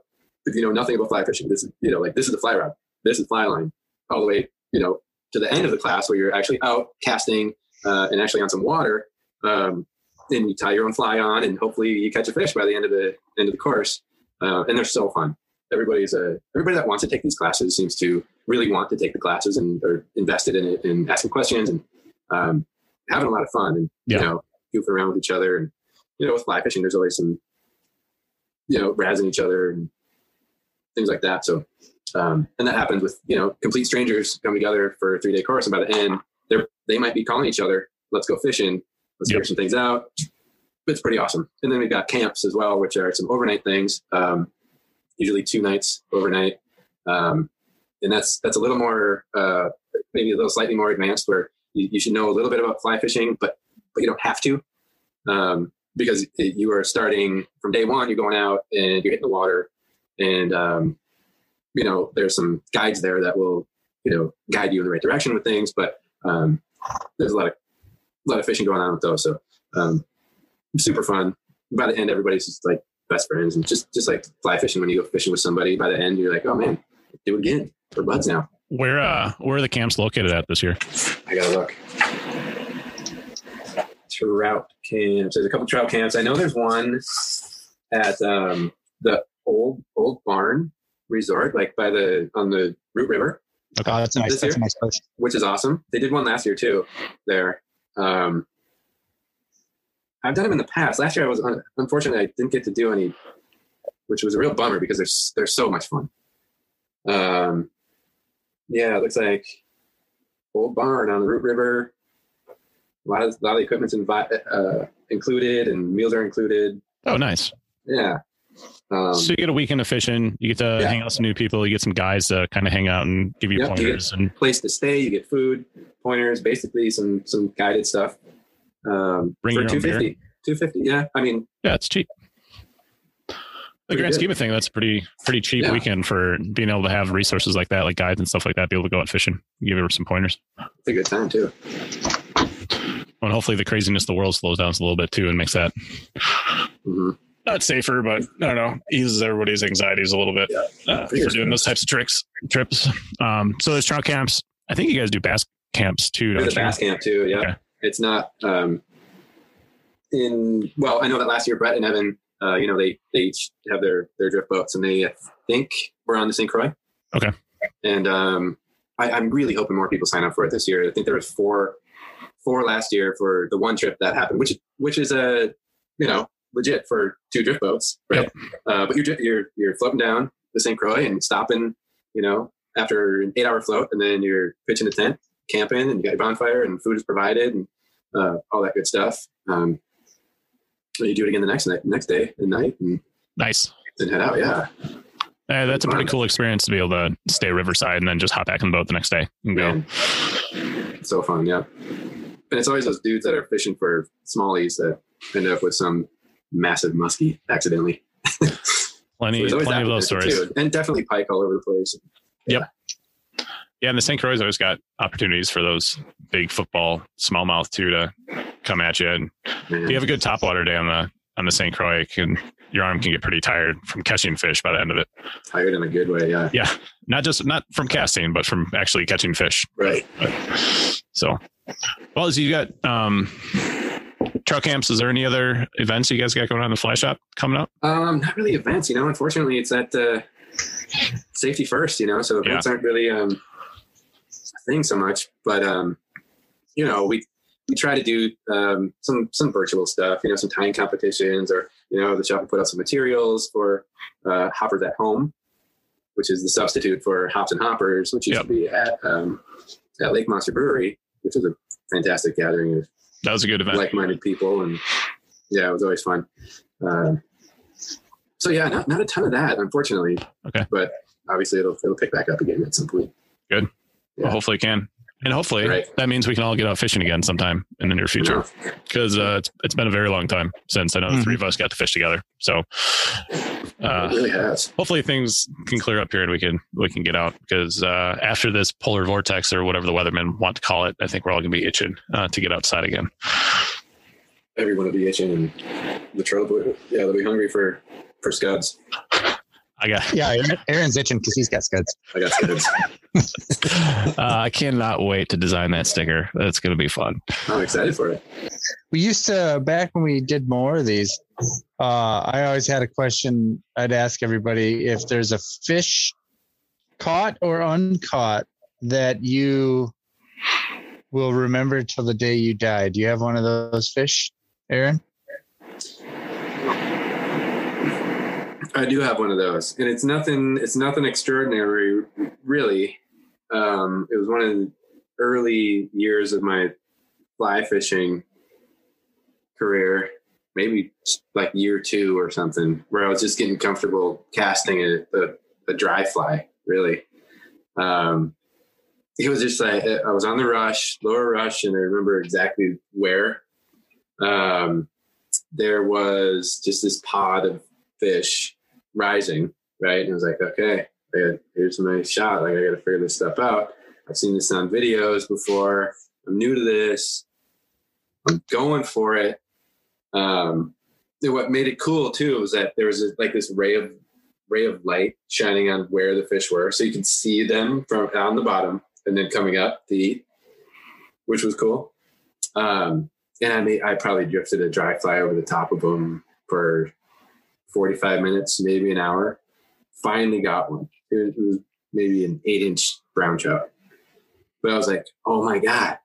if you know, nothing about fly fishing, this is, you know, like this is the fly rod, this is fly line all the way, you know, to the end of the class where you're actually out casting uh, and actually on some water um, and you tie your own fly on, and hopefully you catch a fish by the end of the end of the course. Uh, and they're so fun. Everybody's a everybody that wants to take these classes seems to really want to take the classes and are invested in it and asking questions and um, having a lot of fun and
Yeah.
you know goofing around with each other and you know with fly fishing there's always some you know razzing each other and things like that. So um, and that happens with you know complete strangers come together for a three day course and by the end they are they might be calling each other let's go fishing let's
Yep.
figure some things out. It's pretty awesome. And then we've got camps as well, which are some overnight things, um, usually two nights overnight. Um, and that's that's a little more uh, maybe a little slightly more advanced where you, you should know a little bit about fly fishing, but but you don't have to um, because it, you are starting from day one. You're going out and you're hitting the water, and um, you know there's some guides there that will you know guide you in the right direction with things. But um, there's a lot of a lot of fishing going on with those, so um, super fun. By the end, everybody's just like best friends, and just just like fly fishing when you go fishing with somebody. By the end, you're like, oh man, do it again. We're buds now.
Where uh where are the camps located at this year?
I gotta look. Trout camps. There's a couple trout camps. I know there's one at um, the old old barn resort, like by the on the Root River,
Oh, that's nice.
This
That's
year?
a nice place.
which is awesome. They did one last year too. There, um, I've done them in the past. Last year I was un- unfortunately I didn't get to do any, which was a real bummer because they're s- they're so much fun. Um, yeah, it looks like old barn on the Root River. A lot of, a lot of the equipment's invi- uh, included and meals are included.
Oh, nice.
Yeah. Um,
so you get a weekend of fishing. You get to
Yeah.
hang out with some new people. You get some guys to kind of hang out and give you
Yep, you get-
pointers and
place to stay. You get food, pointers, basically some some guided stuff. Um,
Bring
for
your own beer?
250, 250. Yeah, I mean,
yeah, it's cheap. The
Pretty
grand
good.
scheme of thing, that's a pretty pretty cheap
Yeah.
weekend for being able to have resources like that, like guides and stuff like that, be able to go out fishing, give her some pointers.
it's a good time too.
And hopefully the craziness of the world slows down a little bit too and makes that
hmm
not safer, but I don't know, eases everybody's anxieties a little bit uh, for
Fingers
doing those types of tricks trips. Um, so there's trout camps. I think you guys do bass camps too,
There's
don't
a
you?
bass camp too. Yeah,
Okay.
it's not um, in. Well, I know that last year Brett and Evan, uh, you know, they they each have their their drift boats, and they I think were on the St. Croix.
Okay.
And um, I, I'm really hoping more people sign up for it this year. I think there was four four last year for the one trip that happened, which which is a you know legit for two drift boats, right? Uh, but you're dri- you're you're floating down the St. Croix and stopping, you know, after an eight hour float, and then you're pitching a tent, camping, and you got your bonfire, and food is provided, and uh, all that good stuff. Um, and you do it again the next night, next day and night, and
Nice.
then head out. Yeah,
Uh, that's a pretty cool experience to be able to stay riverside and then just hop back in the boat the next day and go.
Man. It's so fun, yeah. And it's always those dudes that are fishing for smallies that end up with some massive muskie accidentally.
Plenty,
There's always
plenty
that
of those
too.
stories.
and definitely pike all over the place.
Yeah, and the St. Croix always got opportunities for those big football smallmouth too to come at you. And
Man.
if you have a good topwater day on the on the St. Croix, it can your arm can get pretty tired from catching fish by the end of it.
Tired in a good way, yeah.
Not just not from casting, but from actually catching fish.
Right.
So, well, so you got um, trout camps. Is there any other events you guys got going on in the fly shop coming up?
Um, not really events, you know. Unfortunately, it's that uh, safety first, you know. So
Yeah.
events aren't really um, a thing so much. But um, you know, we we try to do um, some some virtual stuff, you know, some tying competitions, or you know, the shop will put out some materials for uh, hoppers at home, which is the substitute for hops and hoppers, which used
Yep.
to be at um, at Lake Monster Brewery, which is a fantastic gathering of
That was a good event.
like-minded people, and yeah, it was always fun. Um, so yeah, not, not a ton of that, unfortunately.
Okay.
But obviously, it'll it'll pick back up again at some point.
Well, hopefully, it can. And hopefully
Right.
that means we can all get out fishing again sometime in the near future. because uh, it's, it's been a very long time since I know the three of us got to fish together. So
Yeah, it
uh,
really has.
hopefully things can clear up here and we can we can get out because uh, after this polar vortex or whatever the weathermen want to call it, I think we're all gonna be itching uh, to get outside again.
Everyone will be itching, and the troll, will- yeah, they'll be hungry for for scuds.
I got
Yeah, Aaron- Aaron's itching because he's got scuds.
I got scuds.
uh, I cannot wait to design that sticker. That's gonna be fun.
I'm excited for it.
We used to back when we did more of these. Uh, I always had a question. I'd ask everybody if there's a fish caught or uncaught that you will remember till the day you die. Do you have one of those fish, Aaron?
I do have one of those, and it's nothing. It's nothing extraordinary, really. Um, it was one of the early years of my fly fishing career, maybe like year two or something, where I was just getting comfortable casting a, a, a dry fly, really. Um, he was just like I was on the rush, lower rush, and I remember exactly where. Um, there was just this pod of fish rising, right? And I was like, okay, I got, here's my shot. Like I got to figure this stuff out. I've seen this on videos before. I'm new to this. I'm going for it. Um, and what made it cool too was that there was a, like this ray of ray of light shining on where the fish were, so you could see them from on the bottom and then coming up to eat, which was cool. Um, and I mean, I probably drifted a dry fly over the top of them for 45 minutes, maybe an hour. Finally got one. It was, it was maybe an eight inch brown trout, but I was like, oh my god,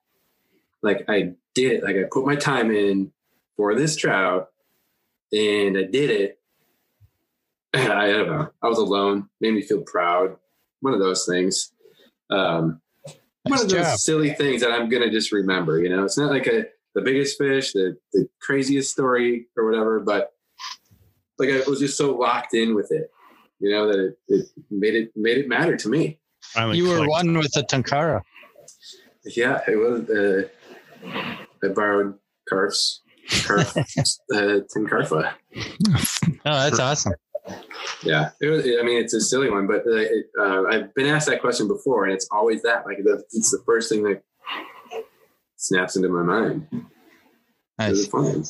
like I did it. Like I put my time in for this trout, and I did it. And I, I don't know. I was alone. Made me feel proud. One of those things. Um,
Nice
one of those
job.
silly things that I'm gonna just remember. You know, it's not like a the biggest fish, the the craziest story or whatever, but like I was just so locked in with it. You know that it, it made it made it matter to me.
Finally
You were
clicked.
one with the Tankara.
Yeah, it was. Uh, I borrowed Carf's, Carf, uh, Tim Carfa.
Oh, that's awesome.
Yeah, it was, I mean, it's a silly one, but uh, it, uh, I've been asked that question before, and it's always that. Like, the, it's the first thing that snaps into my mind. It was
Nice.
fun.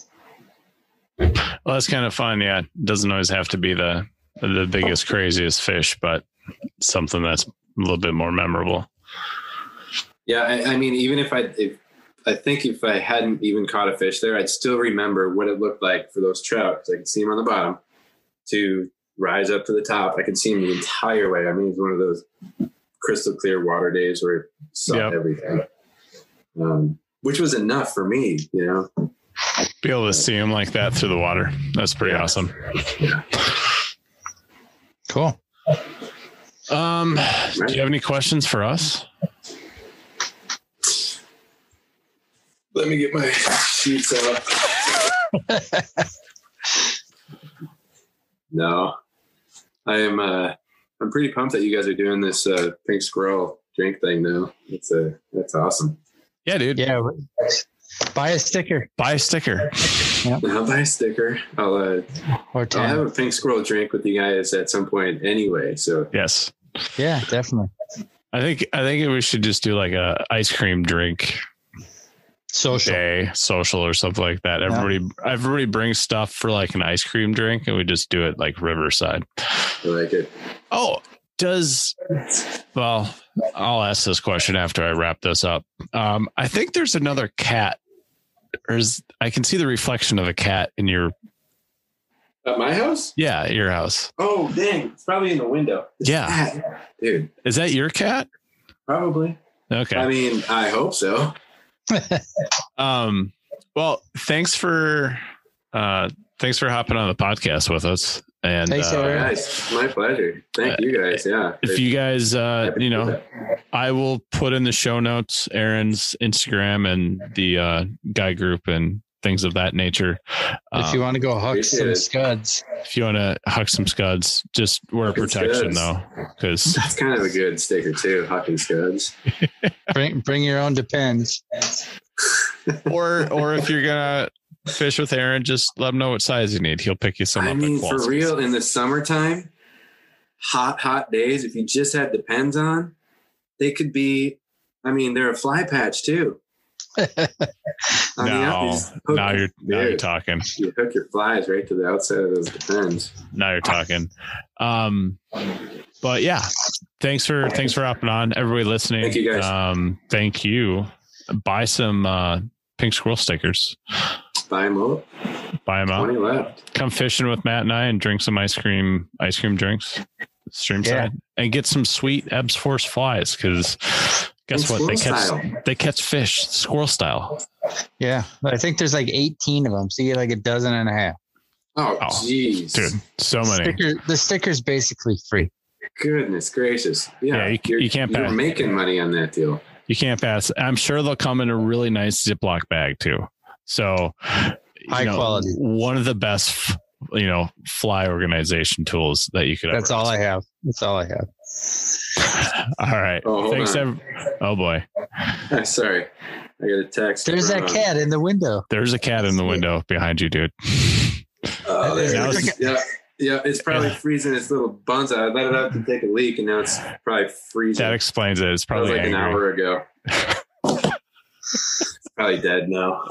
Well, that's kind of fun. Yeah, doesn't always have to be the the biggest, craziest fish, but something that's a little bit more memorable.
Yeah, I, I mean, even if I, if I think if I hadn't even caught a fish there, I'd still remember what it looked like for those trout because I could see them on the bottom to rise up to the top. I could see them the entire way. I mean, it was one of those crystal clear water days where it saw
Yep.
everything, um, which was enough for me. You know,
Be able to see them like that through the water. That's pretty
Yeah.
awesome.
Cool.
Um, do you have any questions for us?
let me get my sheets up. no, I am. Uh, I'm pretty pumped that you guys are doing this uh, pink squirrel drink thing now. It's a that's awesome.
Yeah, dude.
Yeah. w- Buy a sticker
Buy a sticker.
I'll buy a sticker. I'll uh,
or
I'll
10.
have a pink squirrel drink with you guys at some point anyway. So
Yes.
yeah, definitely.
I think I think we should just do like a ice cream drink
Social.
day social or something like that. Everybody everybody brings stuff for like an ice cream drink and we just do it like Riverside.
I like it.
Oh, does well, I'll ask this question after I wrap this up. Um, I think there's another cat. Or is I can see the reflection of a cat in your
At my house?
yeah, your house.
Oh dang! It's probably in the window.
Yeah.
Ah, dude.
Is that your cat?
Probably.
Okay.
I mean, I hope so.
Um, well, thanks for uh thanks for hopping on the podcast with us. And
Thanks,
uh,
Eric.
Guys, my pleasure. Thank you guys. Yeah.
if you guys uh you know, I will put in the show notes Aaron's Instagram and the uh guy group and things of that nature.
if you want to go hook
appreciate
some
it.
scuds.
if you want to huck some scuds, just wear
Hucking
protection
scuds.
though, because
That's kind of a good sticker too, Hawking Scuds.
Bring bring your own depends.
or or if you're gonna fish with Aaron, just let him know what size you need. He'll pick you some
I
up.
mean,
at
for
Kowalski's.
real, in the summertime, hot, hot days, if you just had depends on, they could be, I mean, they're a fly patch too. On the out- you
No,
just hook-
now you're now you're
Dude,
talking.
You hook your flies right to the outside of those depends.
now you're talking um but yeah thanks for thanks for hopping on everybody listening
Thank you, guys.
um thank you buy some uh pink squirrel stickers
Buy them up.
buy them out
20 left.
come fishing with matt and i and drink some ice cream ice cream drinks stream
Yeah.
side and get some sweet ebbs force flies because guess
And
what they
squirrel
catch
style.
they catch fish squirrel style
Yeah. I think there's like 18 of them. So you get like a dozen and a half.
Oh,
Oh,
jeez.
dude so many
Sticker, the sticker's basically free.
Goodness gracious. Yeah.
Yeah, you c-
you're-
you can't
You're
pass.
making money on that deal.
you can't pass i'm sure they'll come in a really nice ziploc bag too so you
High quality.
one of the best f- you know fly organization tools that you could.
That's
ever-
all I have. That's all I have.
All right.
Oh, hold
Thanks.
on.
Ev- oh boy,
Sorry, I got a text.
There's that
from-
cat in the window.
there's a cat in the window behind you, dude.
Oh, there
Now
it is.
it's-
yeah, yeah, it's probably
Yeah.
freezing its little buns. I let it out to take a leak, and now it's probably freezing.
That explains it. It's
that was
probably
like an
angry.
hour ago. It's probably dead now.